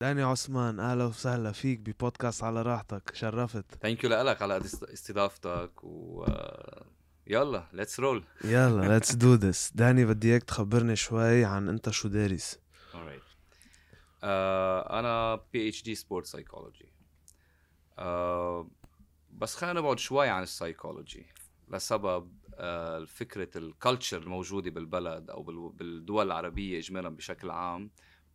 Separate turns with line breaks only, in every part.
داني عثمان اهلا وسهلا فيك ببودكاست على راحتك شرفت
ثانك يو لك على است- استضافتك و آه، يلا ليتس رول
يلا ليتس دو ذس داني بدي اياك تخبرني شوي عن انت شو دارس
alright آه انا بي اتش دي سبورت سايكولوجي Uh, بس خلينا نبعد شوي عن السايكولوجي لسبب آه فكره الكالتشر الموجوده بالبلد او بال- بالدول العربيه اجمالا بشكل عام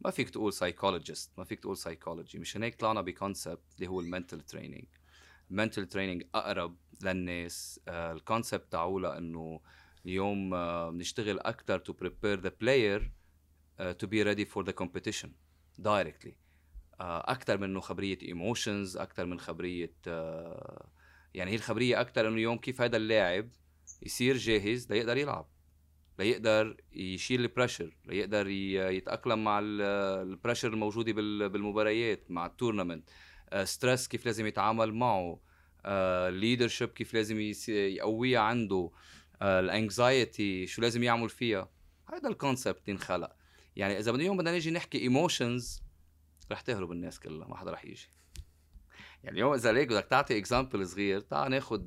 ما فيك تقول سايكولوجيست ما فيك تقول سايكولوجي مشان هيك طلعنا بكونسبت اللي هو المنتل تريننج المنتل تريننج اقرب للناس آه الكونسبت تعولها انه اليوم آه، بنشتغل اكثر تو بريبير ذا بلاير uh, to be ready for the competition directly uh, اكثر من انه خبريه ايموشنز اكثر من خبريه uh, يعني هي الخبريه اكثر انه اليوم كيف هذا اللاعب يصير جاهز ليقدر يلعب ليقدر يشيل البريشر ليقدر ي- يتاقلم مع البريشر الموجوده بال- بالمباريات مع التورنمنت ستريس كيف لازم يتعامل معه ليدرشيب كيف لازم يس- يقويها عنده الانكزايتي شو لازم يعمل فيها هذا الكونسبت انخلق يعني اذا بدنا اليوم بدنا نيجي نحكي ايموشنز رح تهرب الناس كلها ما حدا رح يجي يعني اليوم اذا ليك بدك تعطي اكزامبل صغير تعال ناخذ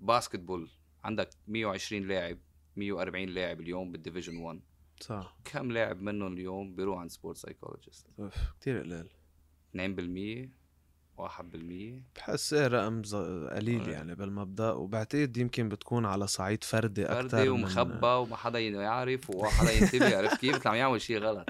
باسكت بول عندك 120 لاعب 140 لاعب اليوم بالديفيجن 1
صح
كم لاعب منهم اليوم بيروح عند سبورت سايكولوجيست
اوف كثير قليل
2% 1%
بحس ايه رقم ز- قليل
Alright.
يعني بالمبدا وبعتقد يمكن بتكون على صعيد فردي اكثر
فردي ومخبى وما حدا يعرف وحدا ينتبه عرفت كيف مثل عم يعمل شيء غلط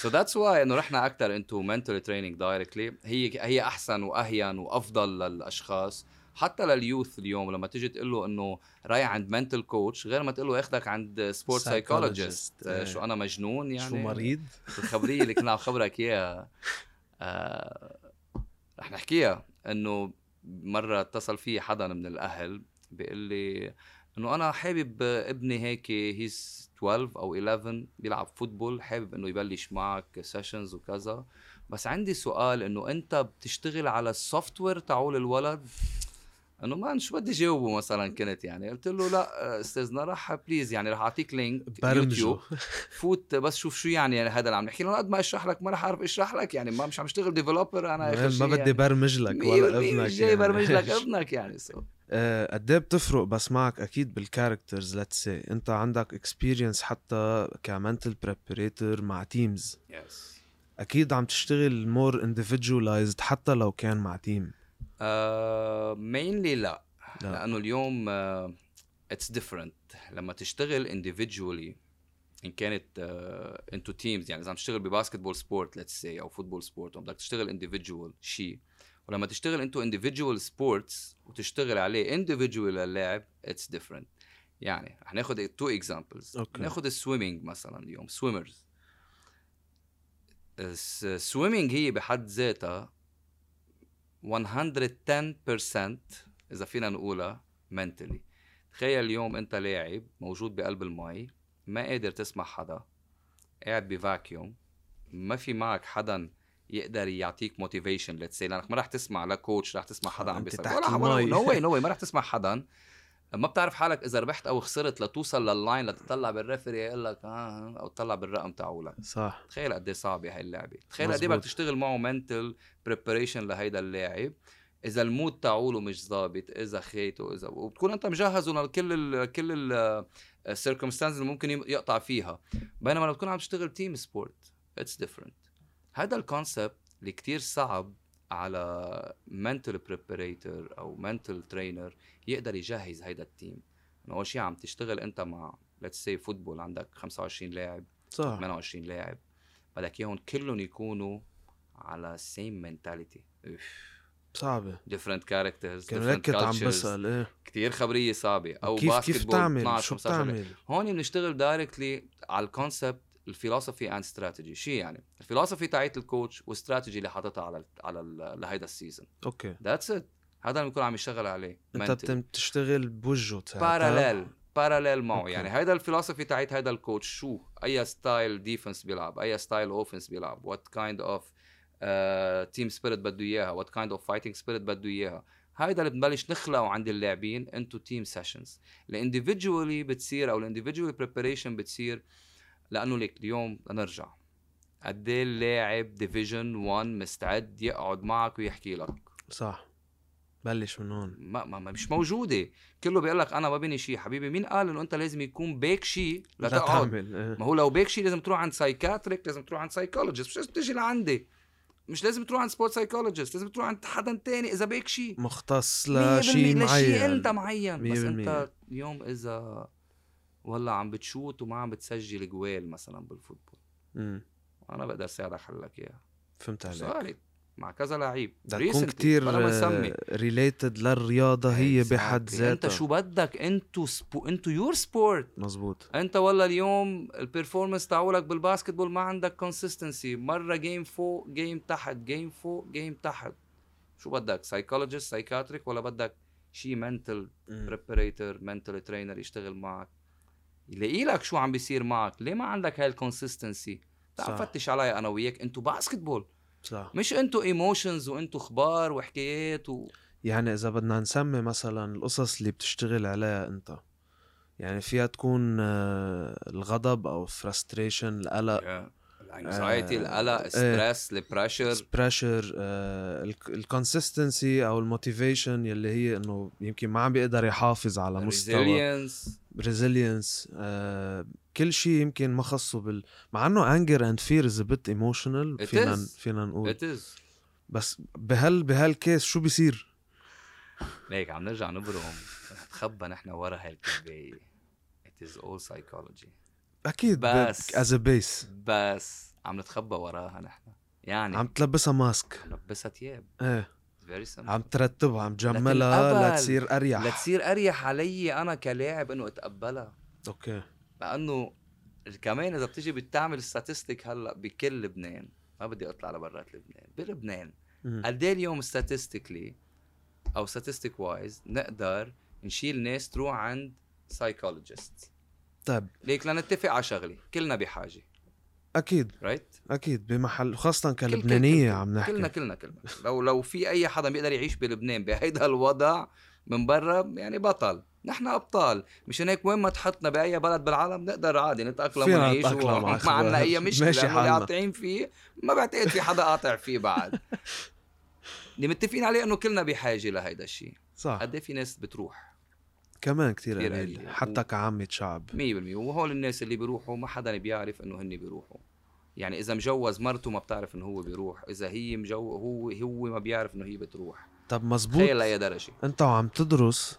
سو ذاتس واي انه رحنا اكثر انتو منتال تريننج دايركتلي هي هي احسن واهين وافضل للاشخاص حتى لليوث اليوم لما تيجي تقول له انه رايح عند منتل كوتش غير ما تقول له اخذك عند سبورت
Psychologist.
سايكولوجيست شو انا مجنون
يعني
يعني
شو مريض
الخبريه اللي كنا عم خبرك اياها آه، رح نحكيها انه مره اتصل في حدا من الاهل بيقول لي انه انا حابب ابني هيك هيز 12 او 11 بيلعب فوتبول حابب انه يبلش معك سيشنز وكذا بس عندي سؤال انه انت بتشتغل على السوفت وير تعول الولد انه مان شو بدي جاوبه مثلا كنت يعني قلت له لا استاذنا رح بليز يعني رح اعطيك لينك
برمجه
يوتيوب فوت بس شوف شو يعني هذا اللي عم نحكي له أنا قد ما اشرح لك ما رح اعرف اشرح لك يعني ما مش عم اشتغل ديفلوبر انا آخر
ما
شي
بدي
يعني.
برمج لك
مية
ولا
بالمية
ابنك
مش جاي
يعني.
برمج لك ابنك يعني سو
آه، قد ايه بتفرق بس معك اكيد بالكاركترز ليتس سي انت عندك اكسبيرينس حتى كمنتل بريبريتور مع تيمز
يس
اكيد عم تشتغل مور individualized حتى لو كان مع تيم
مينلي آه، لا
لا.
لانه اليوم اتس ديفرنت لما تشتغل individually ان كانت انتو تيمز يعني اذا عم تشتغل بباسكتبول سبورت ليتس سي او فوتبول سبورت بدك تشتغل انديفيدجوال شيء ولما تشتغل انتو انديفيدجوال سبورتس وتشتغل عليه انديفيدجوال للاعب اتس ديفرنت يعني رح ناخذ تو اكزامبلز
أوكي.
ناخذ السويمينج مثلا اليوم سويمرز السويمينج هي بحد ذاتها 110% اذا فينا نقولها منتلي تخيل اليوم انت لاعب موجود بقلب المي ما قادر تسمع حدا قاعد بفاكيوم ما في معك حدا يقدر يعطيك موتيفيشن ليتس سي لانك ما رح تسمع لا كوتش رح تسمع حدا
آه،
عم
أنت
بيسأل
تحت
ولا ولا
المي.
نو واي نو واي ما رح تسمع حدا ما بتعرف حالك اذا ربحت او خسرت لتوصل لللاين لتطلع بالريفري يقول لك اه او تطلع بالرقم تاعولك
صح
تخيل قد ايه صعبه هاي اللعبه تخيل قد ايه
مزبوط.
بدك تشتغل معه منتل بريباريشن لهيدا اللاعب اذا المود تاعوله مش ظابط اذا خيته اذا وبتكون انت مجهزه لكل ال... كل السيركمستانس اللي ممكن يم- يقطع فيها بينما لما تكون عم تشتغل تيم سبورت اتس ديفرنت هذا الكونسبت اللي كتير صعب على منتل بريباريتور او منتل ترينر يقدر يجهز هيدا التيم إنه اول شيء عم تشتغل انت مع ليتس سي فوتبول عندك 25 لاعب
صح
28 لاعب بدك اياهم كلهم يكونوا على سيم منتاليتي
صعبه
ديفرنت كاركترز
كان هيك كنت عم بسال ايه
كثير خبريه صعبه او
كيف كيف
باسكتبول
بتعمل
12
شو
15 لاعب.
بتعمل
هون بنشتغل دايركتلي على الكونسبت الفلسفي اند استراتيجي شو يعني الفلسفي تاعت الكوتش والاستراتيجي اللي حاططها على ال على ال لهيدا السيزون
اوكي
ذاتس ات هذا اللي بكون عم يشتغل عليه
انت
mentally.
بتم تشتغل بوجهه ساعتها.
باراليل باراليل معه
أوكي.
يعني هيدا الفلسفي تاعت هيدا الكوتش شو اي ستايل ديفنس بيلعب اي ستايل اوفنس بيلعب وات كايند اوف تيم سبيريت آه، بده اياها وات كايند اوف فايتنج سبيريت بده اياها هيدا اللي بنبلش نخلقه عند اللاعبين انتو تيم سيشنز الانديفيدجوالي بتصير او الانديفيدجوال بريباريشن بتصير لانه ليك اليوم لنرجع قد ايه اللاعب ديفيجن 1 مستعد يقعد معك ويحكي لك
صح بلش من هون
ما, ما, ما مش موجوده كله بيقول لك انا ما بيني شيء حبيبي مين قال انه انت لازم يكون بيك شيء لتقعد
تعمل إيه.
ما هو لو بيك شيء لازم تروح عند سايكاتريك لازم تروح عند سايكولوجيست مش لازم تجي لعندي مش لازم تروح عند سبورت سايكولوجيست لازم تروح عند حدا تاني اذا بيك شيء
مختص
100%
لشيء
لشيء
معين
انت معين بس
100%.
انت اليوم اذا والله عم بتشوت وما عم بتسجل جوال مثلا بالفوتبول
مم.
انا بقدر ساعدك حلك اياها
فهمت عليك
صارت مع كذا لعيب
بدها تكون
Recently،
كتير
بلا ما نسمي
ريليتد للرياضة هي بحد
Exactly. انت شو
ذاتها
بدك انتو سبو... انتو يور سبورت
مزبوط
انت والله اليوم البرفورمانس تاعولك بالباسكتبول ما عندك كونسيستنسي مره جيم فوق جيم تحت جيم فوق جيم تحت شو بدك سايكولوجيست سايكاتريك ولا بدك شي منتل
مم.
بريباريتور منتال ترينر يشتغل معك يلاقي لك شو عم بيصير معك ليه ما عندك هاي الكونسيستنسي تعال
صح.
فتش علي انا وياك انتو باسكتبول
صح
مش انتو ايموشنز وانتو اخبار وحكايات و...
يعني إذا بدنا نسمي مثلا القصص اللي بتشتغل عليها أنت يعني فيها تكون آه، الغضب أو frustration القلق
الانكزايتي
آه،
القلق
إيه.
الستريس البريشر
pressure الكونسستنسي أو الموتيفيشن يلي هي إنه يمكن ما عم بيقدر يحافظ على مستوى
resilience
ريزيلينس آه كل شيء يمكن ما خصه بال مع انه انجر اند فير از بت ايموشنال
It
فينا
is.
فينا نقول
It is.
بس بهال بهالكيس شو بيصير؟
ليك عم نرجع نبرم نتخبى نحن ورا هالكباية It is all psychology
اكيد
بس.
از بيس
بس عم نتخبى وراها نحن يعني
عم
عم
تلبسها ماسك
لبسها تياب
ايه
فيري simple
عم ترتبها عم
لكن
تجملها
أبل.
لتصير اريح
لتصير اريح علي انا كلاعب انه اتقبلها
اوكي
لانه كمان اذا بتيجي بتعمل ستاتستيك هلا بكل لبنان ما بدي اطلع لبرات لبنان بلبنان
مم.
قد ايه اليوم ستاتستيكلي او ستاتستيك وايز نقدر نشيل ناس تروح عند سايكولوجيست
طيب
ليك لنتفق على شغله كلنا بحاجه
اكيد
رايت
اكيد بمحل خاصة
كل- كل-
كلبنانية
كل-
عم نحكي
كلنا كلنا كلنا لو لو في اي حدا بيقدر يعيش بلبنان بهيدا الوضع من برا يعني بطل نحن ابطال مشان هيك وين ما تحطنا باي بلد بالعالم نقدر عادي نتاقلم
فينا
ونعيش
نتأقلم
و-
على
ما عندنا اي
خبر.
مشكله
ماشي
لانه اللي
حالنا.
قاطعين فيه ما بعتقد في حدا قاطع فيه بعد اللي متفقين عليه انه كلنا بحاجه لهيدا الشيء
صح
قد إيه في ناس بتروح
كمان كتير
كتير
قليل
قليل.
حتى كعامة شعب
100% وهول الناس اللي بيروحوا ما حدا بيعرف انه هن بيروحوا يعني اذا مجوز مرته ما بتعرف انه هو بيروح اذا هي مجو هو هو ما بيعرف انه هي بتروح
طب مزبوط
تخيل لاي درجه
انت وعم تدرس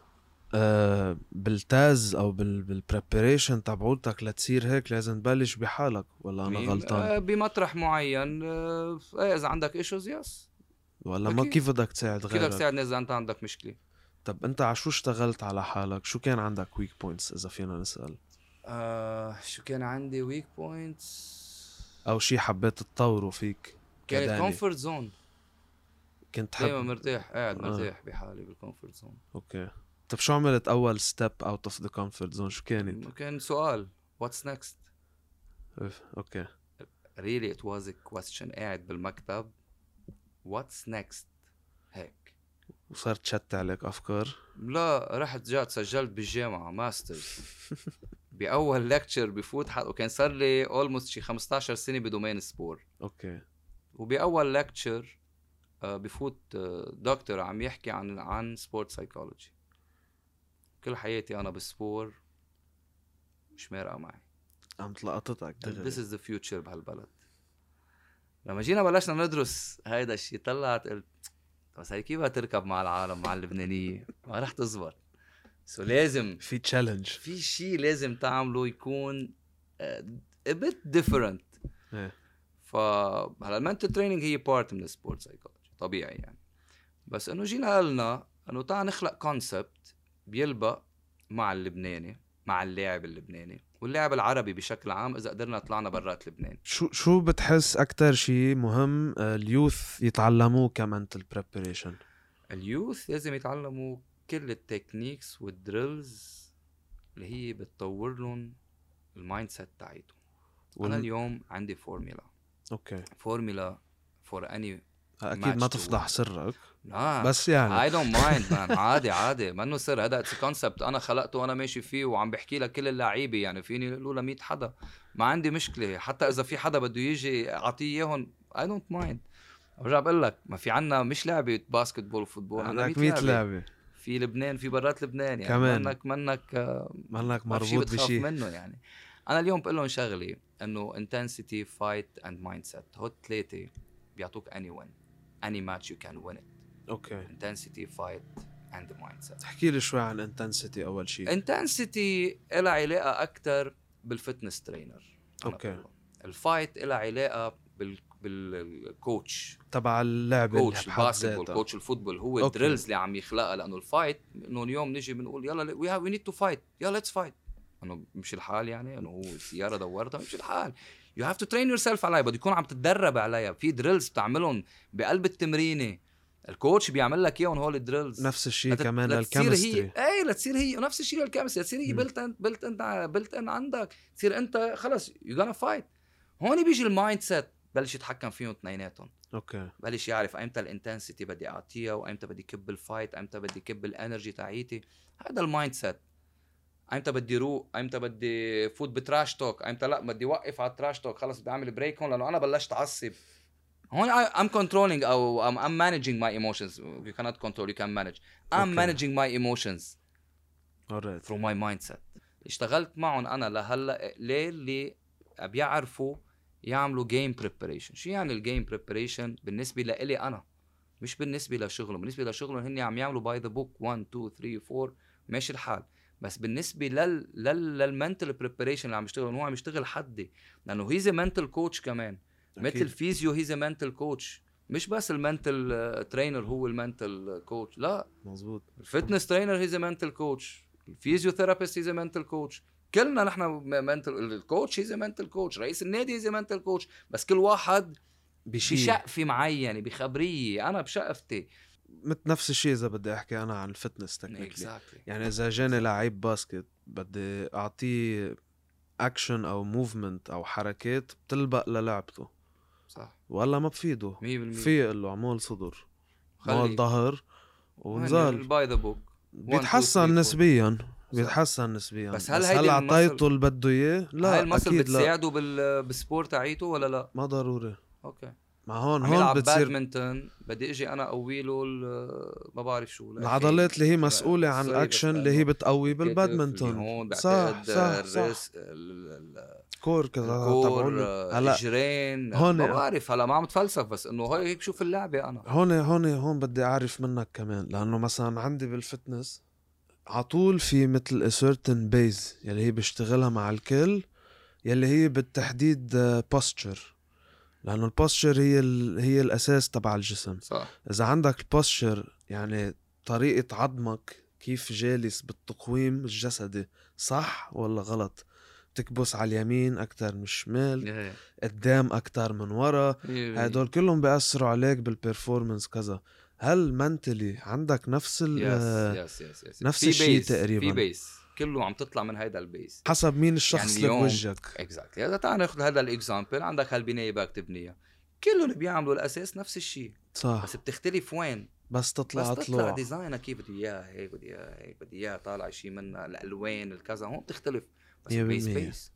آه، بالتاز او بالبريباريشن تبعولتك لتصير هيك لازم تبلش بحالك ولا انا
مين؟
غلطان
آه، بمطرح معين آه، آه، اذا عندك ايشوز يس
ولا ما
أكيد.
كيف بدك تساعد
كيف بدك
غيرك
تساعدني اذا انت عندك مشكله
طب انت على شو اشتغلت على حالك شو كان عندك ويك بوينتس اذا فينا نسال
آه شو كان عندي ويك بوينتس
او شي حبيت تطوره فيك
كانت
كداني.
كومفورت زون
كنت حب
دايما مرتاح قاعد
آه.
مرتاح بحالي بالكومفورت زون
اوكي طب شو عملت اول ستيب اوت اوف ذا كومفورت زون شو كانت
كان سؤال واتس نيكست
أوف، اوكي
ريلي ات واز ا كويستشن قاعد بالمكتب واتس نيكست هيك
وصارت شت عليك افكار
لا رحت جات سجلت بالجامعه ماسترز باول لكتشر بفوت حد وكان صار لي اولموست شي 15 سنه بدومين سبور
اوكي
وباول لكتشر بفوت آه، دكتور عم يحكي عن عن سبورت سايكولوجي كل حياتي انا بالسبور مش مارقه معي
عم تلقطتك دغري.
ذيس از ذا فيوتشر بهالبلد لما جينا بلشنا ندرس هيدا الشيء طلعت قلت بس هي كيف بدها تركب مع العالم مع اللبنانيه ما رح تزبط سو لازم
في تشالنج
في شيء لازم تعمله يكون آه، a bit different
إيه.
فهلا المنتل تريننج هي بارت من السبورت سايكولوجي طبيعي يعني بس انه جينا قالنا انه تعال نخلق كونسبت بيلبق مع اللبناني مع اللاعب اللبناني واللاعب العربي بشكل عام اذا قدرنا طلعنا برات لبنان
شو شو بتحس اكثر شيء مهم آه، اليوث يتعلموه كمنتل بريباريشن
اليوث لازم يتعلموا كل التكنيكس والدريلز اللي هي بتطور لهم المايند سيت تاعيتهم
وال-
انا اليوم عندي فورميلا
اوكي
فورميلا فور اني
اكيد آه، ما
Match to
تفضح سرك
لا
بس يعني
اي دونت مايند مان عادي عادي منه سر هذا اتس كونسبت انا خلقته وانا ماشي فيه وعم بحكي لك كل اللعيبه يعني فيني اقول له 100 حدا ما عندي مشكله حتى اذا في حدا بده يجي اعطيه اياهم اي دونت مايند برجع بقول لك ما في عنا مش لعبه باسكت بول وفوتبول عنا
عندك
100
100
لعبه, لعبة.
لعبه
في لبنان في برات لبنان يعني
كمان.
منك منك آه،
مالك
ما في شي
مربوط
بتخاف
بشيء
منه يعني انا اليوم بقول لهم شغله انه انتنسيتي فايت اند مايند سيت هول ثلاثه بيعطوك اني وين اني ماتش يو كان وين
اوكي
intensity fight and the mindset
احكي لي شوي عن انتنسيتي اول شيء
intensity لها علاقه اكثر بالفتنس ترينر
أوكي.
الفايت لها علاقه بال بالكوتش
تبع اللعبه اللي
كوتش
بحد
الباسكتبول
ذاتها
كوتش الفوتبول هو
أوكي.
الدريلز اللي عم يخلقها لانه الفايت انه اليوم نجي بنقول يلا وي وي نيد تو فايت يلا ليتس فايت انه مش الحال يعني انه هو السياره دورتها مش الحال يو هاف تو ترين يور سيلف عليها بده يكون عم تتدرب عليها في دريلز بتعملهم بقلب التمرينه الكوتش بيعمل لك اياهم هول الدريلز
نفس الشيء
لت-
كمان
لتصير
للكيمستري
هي اي لتصير هي ونفس الشيء للكيمستري لتصير هي
مم.
بلت ان بلت ان بلت ان عندك تصير انت خلص يو جونا فايت هون بيجي المايند سيت بلش يتحكم فيهم اثنيناتهم
اوكي
بلش يعرف ايمتى الانتنسيتي بدي اعطيها وايمتى بدي كب الفايت ايمتى بدي كب الانرجي تاعيتي هذا المايند سيت ايمتى بدي روق ايمتى بدي فوت بتراش توك ايمتى لا بدي وقف على التراش توك خلص بدي اعمل بريك هون لانه انا بلشت اعصب هون ام كنترولينج او ام ام مانجينج ماي ايموشنز يو كانت كنترول يو كان مانج ام
Okay.
مانجينج ماي ايموشنز
اوريت
ثرو ماي مايند سيت اشتغلت معهم انا لهلا ليه اللي بيعرفوا يعملوا جيم بريباريشن شو يعني الجيم بريباريشن بالنسبه لإلي انا مش بالنسبه لشغلهم بالنسبه لشغلهم هن عم يعملوا باي ذا بوك 1 2 3 4 ماشي الحال بس بالنسبه لل لل للمنتل بريباريشن اللي عم يشتغل هو عم يشتغل حدي لانه هيز منتل كوتش كمان مثل فيزيو هيز منتل كوتش مش بس المنتل ترينر هو المنتل كوتش لا
مزبوط
الفتنس ترينر هيز منتل كوتش الفيزيوثيرابيست هيز منتل كوتش كلنا نحن منتل الكوتش هيز منتل كوتش رئيس النادي هيز منتل كوتش بس كل واحد
بشيء
بشقفه معينه بخبريه انا بشقفتي
مثل نفس الشيء اذا بدي احكي انا عن الفتنس تكنيكلي
Exactly.
يعني اذا جاني لعيب باسكت بدي اعطيه اكشن او موفمنت او حركات بتلبق للعبته
صح
والله ما بفيده
100%
في اقول له عمول صدر عمول
خلي
ظهر ونزال
باي ذا بوك
بيتحسن نسبيا بيتحسن نسبيا
بس
بس
هل
هل,
هيدي
هل
المصل-
اعطيته اللي بده اياه؟
لا هاي
لا
المصل
اكيد لا
بتساعده بال... بالسبور تاعيته ولا لا؟
ما ضروري
اوكي
ما هون
عم
هون
يلعب
بتصير
بادمنتون بدي اجي انا اقوي له ال- ما بعرف شو لا،
العضلات اللي هي مسؤولة عن
sorry،
الاكشن
بس
اللي هي
لأنه
بتقوي
كتف،
بالبادمنتون
اليهون،
صح
بعتقد
صح صح
الرس- ال- ال-
كور كذا
الكور
تبعونه
آه،
هلا
الجرين
هون-
ما بعرف هلا ما عم بتفلسف بس انه هي- هيك شوف اللعبه انا
هون هون هون بدي اعرف منك كمان لانه مثلا عندي بالفتنس على طول في مثل سيرتن بيز يلي هي بشتغلها مع الكل يلي هي بالتحديد آه، بوستشر لانه البوستشر هي ال... هي الاساس تبع الجسم
صح
اذا عندك البوستشر يعني طريقه عظمك كيف جالس بالتقويم الجسدي صح ولا غلط تكبس على اليمين اكثر من
نعم.
الشمال قدام اكثر من ورا هدول كلهم بيأثروا عليك بالبرفورمانس كذا هل منتلي عندك نفس ال آه،
يس يس يس
نفس
في
الشيء
بيس، في
تقريباً.
بيس كله عم تطلع من هيدا البيس
حسب مين الشخص
يعني
اللي
اليوم-
بوجهك
اكزاكتلي اذا تعال ناخذ هذا الاكزامبل عندك هالبنايه بدك تبنيها كلهم بيعملوا الاساس نفس الشيء
صح
بس بتختلف وين
بس
بس
تطلع
تطلع
طلوع
ديزاينها كيف بدي اياها هيك بدي اياها هيك بدي اياها طالع شيء منها الالوان الكذا هون بتختلف بس
مية
البيس
بالمية.
بيس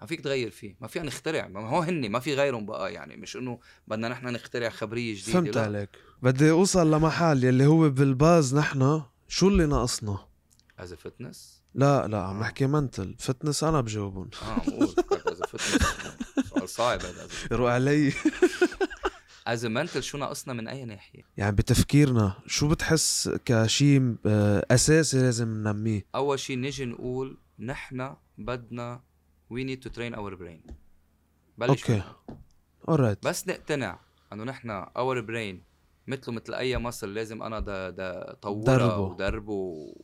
ما فيك تغير فيه ما فينا نخترع ما هو هن ما في غيرهم بقى يعني مش انه بدنا نحن نخترع خبريه جديده
فهمت
لا.
عليك بدي اوصل لمحل يلي هو بالباز نحن شو اللي ناقصنا
از فتنس
لا لا
آه.
عم نحكي منتل فتنس انا بجاوبهم
اه عم بقول از فتنس سؤال صعب هذا
روح علي
از منتل شو ناقصنا من اي ناحيه
يعني بتفكيرنا شو بتحس كشيء آه، اساسي لازم ننميه
اول شيء نجي نقول نحن بدنا وي نيد تو ترين اور برين بلش
اوكي
فيها.
اوريت
بس نقتنع انه نحن اور برين مثله مثل اي مصل لازم انا دا دا طوره
دربه.
ودربه و-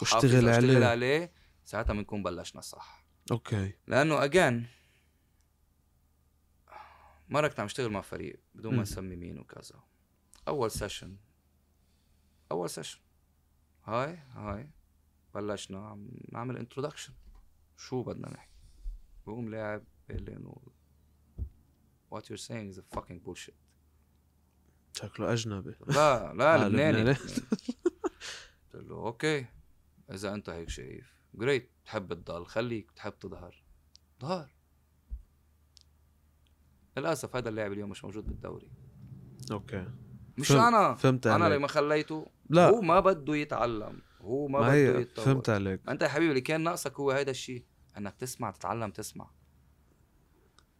واشتغل
وحافظه واشتغل
عليه.
عليه ساعتها بنكون بلشنا صح
اوكي
لانه اجان مره كنت عم اشتغل مع فريق بدون ما
مم.
نسمي مين وكذا اول سيشن اول سيشن هاي هاي بلشنا عم نعمل انتروداكشن شو بدنا نحكي بقوم لاعب قال لي انه what you're saying is a fucking bullshit
شكله اجنبي
لا لا
آه،
لبناني
لبناني.
قلت له اوكي اذا انت هيك شايف جريت بتحب تضل خليك بتحب تظهر ظهر للاسف هذا اللاعب اليوم مش موجود بالدوري
اوكي
مش
فهم-
انا
فهمت
انا اللي
عليك
ما خليته
لا.
هو ما بده يتعلم هو ما,
ما
بده
هي
يتطور
فهمت عليك
انت يا حبيبي اللي كان ناقصك هو هيدا الشيء انك تسمع تتعلم تسمع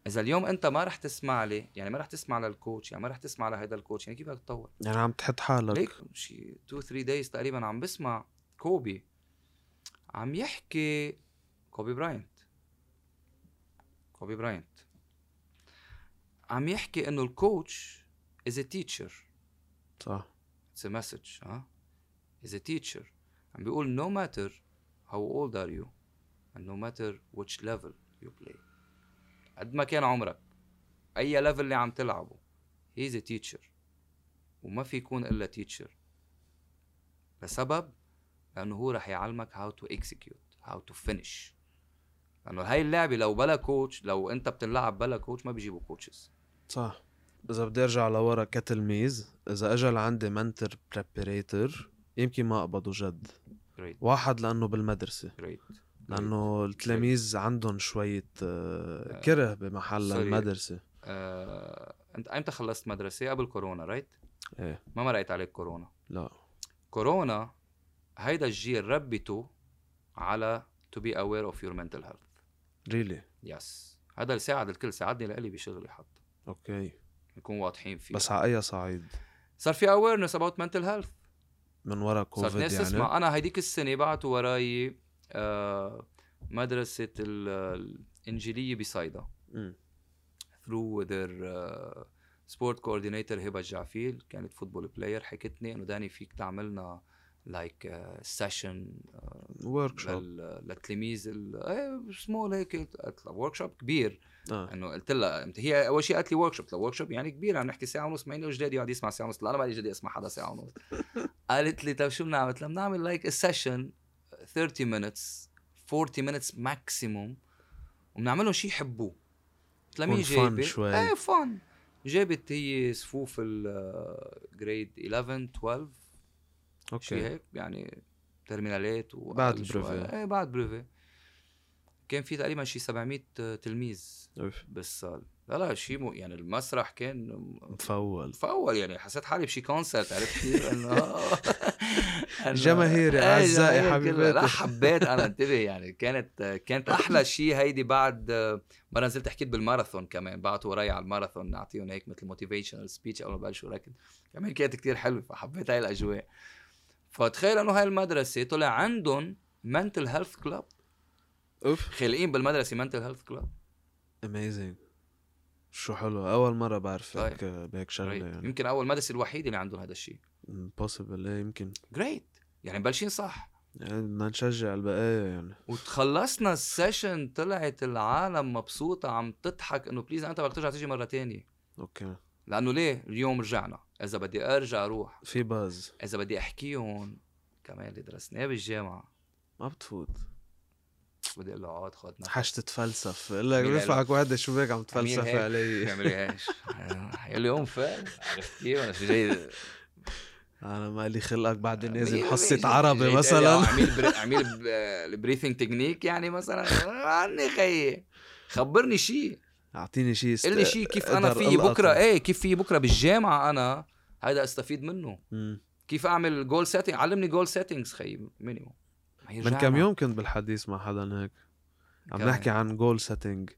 اذا اليوم انت ما رح تسمع لي يعني ما رح تسمع للكوتش يعني ما رح تسمع لهيدا الكوتش يعني كيف بدك تطور
يعني عم تحط حالك
ليك شي 2 3 دايز تقريبا عم بسمع كوبي عم يحكي كوبي براينت كوبي براينت عم يحكي انه الكوتش از ا تيتشر
صح
It's a message ها is a teacher عم بيقول no matter how old are you and no matter which level you play قد ما كان عمرك اي ليفل اللي عم تلعبه he is a teacher وما في يكون الا teacher لسبب لانه هو رح يعلمك how to execute how to finish لانه هاي اللعبه لو بلا كوتش لو انت بتلعب بلا كوتش ما بيجيبوا كوتشز
صح اذا بدي ارجع لورا كتلميذ اذا اجى لعندي منتر بريبريتر يمكن ما اقبضه جد
great
واحد لانه بالمدرسه
great
لانه التلاميذ عندهم شويه آه، كره بمحل
سوري.
المدرسه
آه، انت امتى خلصت مدرسه قبل كورونا رايت
ايه
ما مرقت عليك كورونا
لا
كورونا هيدا الجيل ربته على to be aware of your mental health
ريلي
يس هذا اللي ساعد الكل ساعدني لإلي بشغلي حتى
اوكي
نكون واضحين فيه
بس على اي صعيد
صار في awareness about mental health
من ورا
صارت
كوفيد
ناس
يعني
تسمع انا هيديك السنه بعتوا وراي آه مدرسه ال- الانجيليه بصيدا
مم.
through their uh, sport coordinator هبه الجعفيل كانت فوتبول بلاير حكتني انه داني فيك تعملنا uh, لايك سيشن
ورك شوب
للتلاميذ سمول هيك قلت لها ورك شوب كبير
آه.
انه قلت لها قمت هي اول شيء قالت لي ورك شوب قلت لها ورك شوب يعني كبير عم نحكي ساعه ونص ما انه جداد يقعد يسمع ساعه يعني ونص قلت لها انا مالي جداد اسمع حدا ساعه ونص قالت لي طيب شو بنعمل؟ قلت لها بنعمل لايك سيشن 30 minutes 40 minutes ماكسيموم وبنعملهم شيء يحبوه قلت لها مين
يكون fun
جايبه؟
شوي.
ايه فن جابت هي صفوف الجريد 11 12 شيء
اوكي
هيك يعني ترمينالات و
بعد
أقل شوي.
البريفي.
ايه بعد بريفي كان في تقريبا شي 700 تلميذ
أوف.
بالصال لا لا شيء مو يعني المسرح كان م-
مفول
مفول يعني حسيت حالي بشي كونسرت عرفت كيف؟ انه إنه-
جماهيري،
إيه،
أعزائي،
جماهير
حبيباتي.
كلها. لا حبيت انا انتبه يعني كانت كانت احلى شيء هيدي بعد مره نزلت حكيت بالماراثون كمان بعتوا وراي على الماراثون نعطيهم هيك مثل موتيفيشنال سبيتش اول ما بلشوا راكد كمان كانت كتير حلوه فحبيت هاي الاجواء فتخيل انه هاي المدرسه طلع عندهم منتل هيلث كلاب
اوف
خالقين بالمدرسه منتل هيلث كلاب
اميزنج شو حلو اول مره بعرف
طيب.
هيك بهيك شغله يعني
يمكن اول مدرسه الوحيده اللي عندهم هذا الشيء
بوسيبل ايه يمكن
جريت يعني مبلشين صح
يعني بدنا نشجع البقيه يعني
وتخلصنا السيشن طلعت العالم مبسوطة عم تضحك انه بليز انت بدك ترجع تيجي مرة تانية
اوكي
لانه ليه اليوم رجعنا اذا بدي ارجع اروح
في باز
اذا بدي احكيهم كمان اللي درسناه بالجامعة
ما بتفوت
نعم. بدي اقول له اقعد خد نفس
حش تتفلسف اقول لك
عميل
بيرفعك وحده شو بك عم
عميل
تفلسف
هيك. يعني
علي
تعملي هيش اليوم فاهم عرفت كيف انا شو جاي
انا مالي خلقك بعد
مية-
نازل
مية-
حصه
جاي- جاي
عربي
تقلي
مثلا
أو اعمل بري... اعمل البريثنج تكنيك يعني مثلا عني خيي خبرني شيء
اعطيني شيء است...
قل لي شيء كيف انا
قدر
في
ألقطه.
بكره ايه كيف في بكره بالجامعه انا هيدا استفيد منه
مم.
كيف اعمل جول سيتنج علمني جول سيتنجز خي مينيموم
من كم يوم كنت بالحديث مع حدا هيك عم
كمان.
نحكي عن جول سيتنج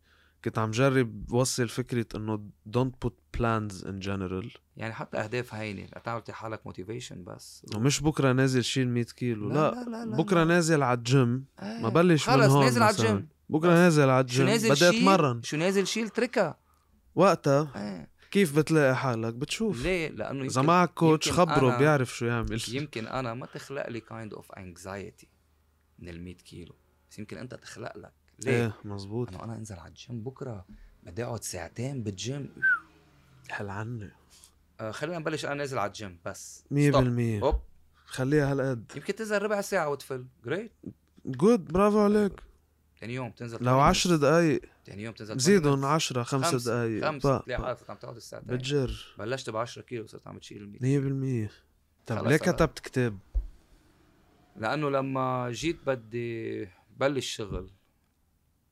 كنت عم جرب وصل فكره انه don't put plans in general
يعني حتى اهداف هينه لا تعمل حالك موتيفيشن بس
ومش بكره نازل شيل 100 كيلو لا,
لا, لا,
بكره نازل على الجيم
إيه،
ما بلش من
خلص
هون
نازل على
مثلاً.
الجيم
بكره
بس.
نازل على
شو
الجيم
نازل
بدي
شيل؟
اتمرن
شو نازل شيل تركه
وقتها
ايه
كيف بتلاقي حالك بتشوف
ليه لانه
اذا
يمكن-
معك كوتش
يمكن
خبره
أنا-
بيعرف شو يعمل
يمكن انا ما تخلق لي كايند اوف انكزايتي من ال 100 كيلو بس يمكن انت تخلق لك ليه؟
ايه مزبوط
انه انا انزل على الجيم بكره بدي اقعد ساعتين بالجيم
حل عني
آه خلينا نبلش انا نازل على الجيم بس
100%
Stop. هوب
خليها هالقد
يمكن تنزل ربع ساعه وتفل جريت
جود برافو عليك
ثاني يوم تنزل
لو 10 دقائق
ثاني يوم تنزل 80
زيدهم 10
خمس-
5 دقائق
خمس
بق-
تلاقي
بق.
حالتك عم تاخذ الساعتين
بتجر
بلشت ب 10 كيلو صرت عم تشيل 100
100% طب
خلص
ليه
هلا.
كتبت كتاب؟
لانه لما جيت بدي بلش شغل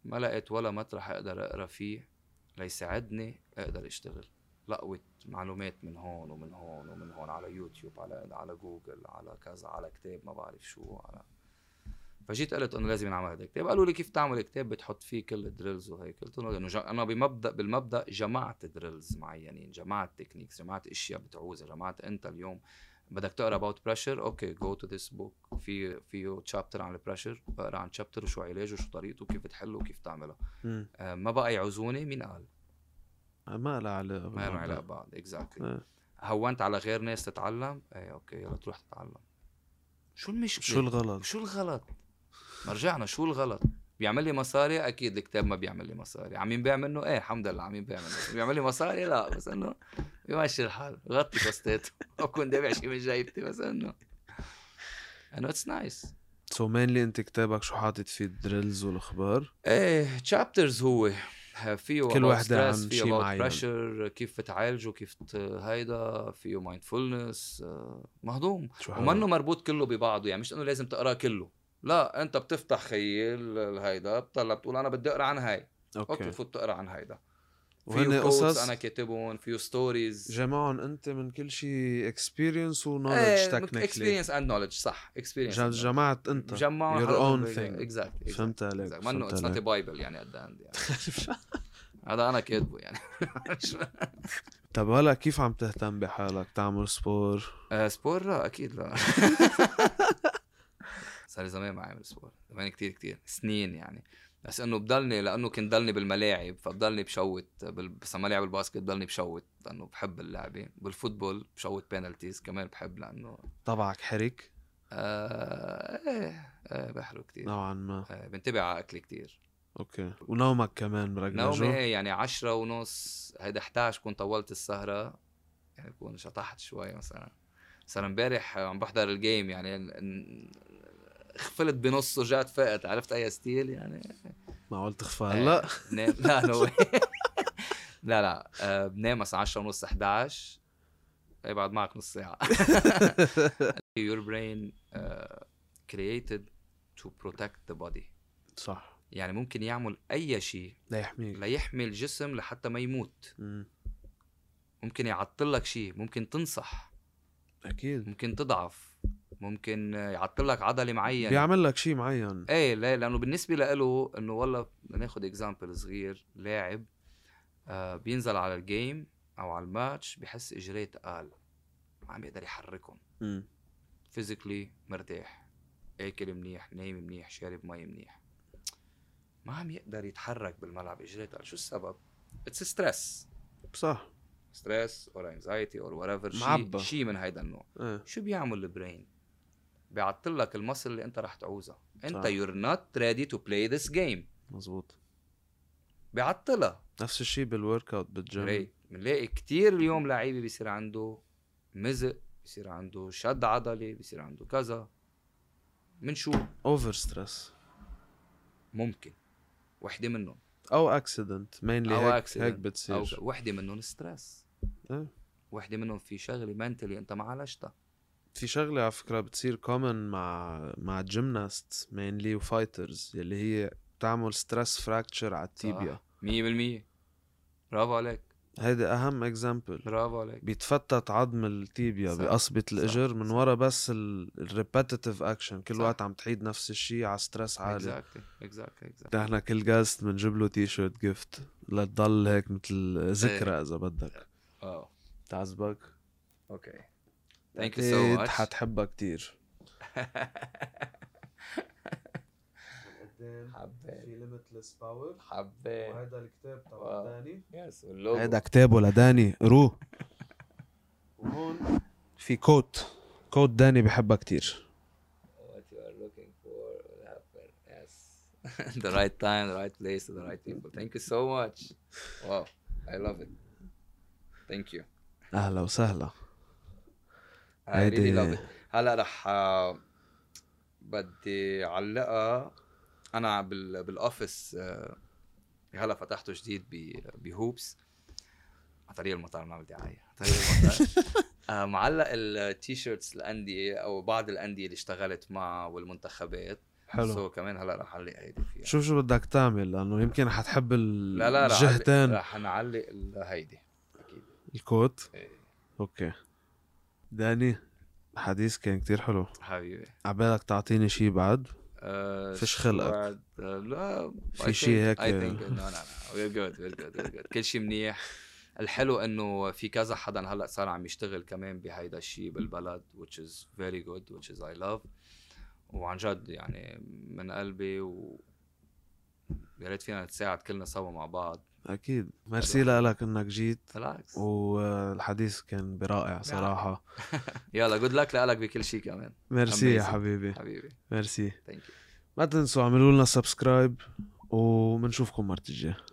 ما لقيت ولا مطرح اقدر اقرا فيه ليساعدني اقدر اشتغل لقوت معلومات من هون ومن هون ومن هون على يوتيوب على إيه، على جوجل على كذا على كتاب ما بعرف شو على فجيت قلت انه لازم نعمل هذا الكتاب قالوا لي كيف تعمل كتاب بتحط فيه كل الدريلز وهيك قلت لهم لانه جا- انا بمبدا بالمبدا جمعت دريلز معينين جمعت تكنيكس جمعت اشياء بتعوزها جمعت انت اليوم بدك تقرا اباوت بريشر اوكي جو تو ذيس بوك في فيه تشابتر عن البريشر اقرا عن تشابتر وشو علاجه وشو طريقته وكيف تحله وكيف تعمله
مم.
آه، ما بقى يعوزوني مين قال
آه، ما لها علاقة
ما لهم
بالموضوع.
علاقه ببعض اكزاكتلي
إيه.
هونت على غير ناس تتعلم ايه اوكي يلا تروح تتعلم شو المشكله
شو الغلط؟
شو الغلط ما رجعنا شو الغلط بيعمل لي مصاري اكيد الكتاب ما بيعمل لي مصاري عم ينباع منه ايه الحمد لله عم ينباع منه بيعمل لي مصاري لا بس انه بيمشي الحال غطي كوستاته اكون دافع شيء من جيبتي بس انه انه اتس نايس
سو مينلي انت كتابك شو حاطط فيه الدريلز والاخبار؟
ايه تشابترز هو فيه
كل
about
وحدة
stress،
عن
فيه
شي
about
معين.
pressure كيف تعالجه كيف ت- هيدا فيه mindfulness آه، مهضوم
شو
ومنه مربوط كله ببعضه يعني مش انه لازم تقراه كله لا انت بتفتح خيل هيدا بتطلع بتقول انا بدي اقرا عن هاي اوكي
اوكي
فوت تقرا عن هيدا
وهن
فيه قصص
قصص
انا كاتبهم فيه ستوريز
جمعهم انت من كل شيء اكسبيرينس
إيه،
ونولج تكنيكلي
اكسبيرينس اند نولج صح اكسبيرينس
جمعت انت
جمعوا
your own thing.
اكزاكتلي
فهمت عليك
ما انه
فهمت
اتس نوت
عليك
بايبل يعني قد يعني هذا انا كاتبه يعني
طب هلا كيف عم تهتم بحالك تعمل سبور
آه، سبور لا اكيد لا صار لي زمان ما عامل سبور زمان كتير كتير سنين يعني بس انه بضلني لانه كنت ضلني بالملاعب فبضلني بشوت بال- بس لما العب الباسكت بضلني بشوت لانه بحب اللعبه بالفوتبول بشوت بينالتيز كمان بحب لانه
طبعك حرك
آه ايه, آه بحرق كتير
نوعا ما
آه بنتبه على اكلي كتير
اوكي ونومك كمان
نومي
مرجعه
إيه يعني عشرة ونص هيدا 11 كون طولت السهرة يعني بكون شطحت شوي مثلا صار امبارح عم بحضر الجيم يعني ن- ن- خفلت بنص ورجعت فقت عرفت اي ستيل يعني
معقول تخفى
إيه.
هلا
نام لا نو لا لا آه، بنام مثلا 10 ونص 11 ابعد معك نص ساعة Your brain uh, created to protect the body
صح
يعني ممكن يعمل أي شيء
ليحميك
ليحمي الجسم لحتى ما يموت
مم.
ممكن يعطل لك شيء ممكن تنصح
اكيد
ممكن تضعف ممكن يعطل لك عضله معين
بيعمل لك شيء معين
ايه لا لانه بالنسبه له انه والله ناخذ اكزامبل صغير لاعب آه بينزل على الجيم او على الماتش بحس اجريه تقال ما عم بيقدر يحركهم
مم.
فيزيكلي مرتاح اكل منيح نايم منيح شارب مي منيح ما عم يقدر يتحرك بالملعب اجريه تقال شو السبب؟ اتس ستريس
صح
ستريس اور انكزايتي اور وات ايفر شيء
معبى.
شيء من هيدا النوع
ايه
شو بيعمل البرين؟ بيعطل لك المصل اللي انت رح تعوزها، انت
صح.
يور نوت ريدي تو بلاي ذيس جيم،
مزبوط
بيعطلها
نفس الشيء بالورك اوت بالجيم
great. بنلاقي كتير اليوم لعيبه بيصير عنده مزق، بيصير عنده شد عضلي، بيصير عنده كذا من شو؟
اوفر ستريس
ممكن وحده منهم
او اكسيدنت مينلي
أو
هيك
accident.
هيك
او
بتصير
وحده منهم ستريس
إيه.
وحده منهم في شغله منتلي انت ما عالجتها
في شغلة على فكرة بتصير كومن مع مع جيمناست مينلي وفايترز يلي هي بتعمل ستريس فراكتشر على التيبيا
100% برافو عليك
هيدا أهم اكزامبل
برافو عليك
بيتفتت عظم التيبيا
صح.
بقصبة الإجر من
صح.
ورا بس الريبتيتيف أكشن كل
صح.
وقت عم تعيد نفس الشيء على ستريس عالي
اكزاكتلي اكزاكتلي اكزاكتلي
نحن كل جاست بنجيب له تي شيرت جيفت لتضل هيك مثل ذكرى
إيه.
إذا بدك آه.
اه
تعزبك
اوكي Thank you so
أكيد
much.
حتحبها إيه، كتير
حبيت
ليميتلس باور
حبيت
وهذا الكتاب
واو.
تبع داني
يس واللوجو
هيدا كتابه لداني قروه وهون في كوت كوت داني بحبها كتير
Oh, what you are looking for will happen yes the right time the right place to the right people thank you so much wow I love it thank you
اهلا وسهلا
I
هيدي-
really love it هلا رح آه، بدي علقها انا بال... بالاوفيس آه، هلا فتحته جديد ب... بهوبس على طريق المطار ما بدي دعايه على طريق المطار آه، معلق التيشيرتس الانديه او بعض الانديه اللي اشتغلت معها والمنتخبات
حلو
سو كمان هلا رح علق هيدي فيها
شوف شو بدك تعمل لانه يمكن حتحب ال-
لا لا رح علق-
الجهتين
رح نعلق ال- هيدي اكيد
الكوت
إيه.
اوكي داني الحديث كان كتير حلو
حبيبي
عبالك تعطيني شي بعد
آه،
فيش خلقك.
بعد- آه، لا
في شي هيك-
اي ثينك نو نو وير جود وير جود وير جود كل شيء منيح الحلو انه في كذا حدا هلا صار عم يشتغل كمان بهيدا الشيء بالبلد which is very good which is I love وعن جد يعني من قلبي و يا ريت فينا نتساعد كلنا سوا مع بعض
اكيد ميرسي لك انك جيت
بالعكس
والحديث كان برائع صراحه
يلا جود لك لك بكل شيء كمان
ميرسي يا
Amazing.
حبيبي
حبيبي
ميرسي
ثانك يو
ما تنسوا اعملوا لنا سبسكرايب وبنشوفكم مرة الجاية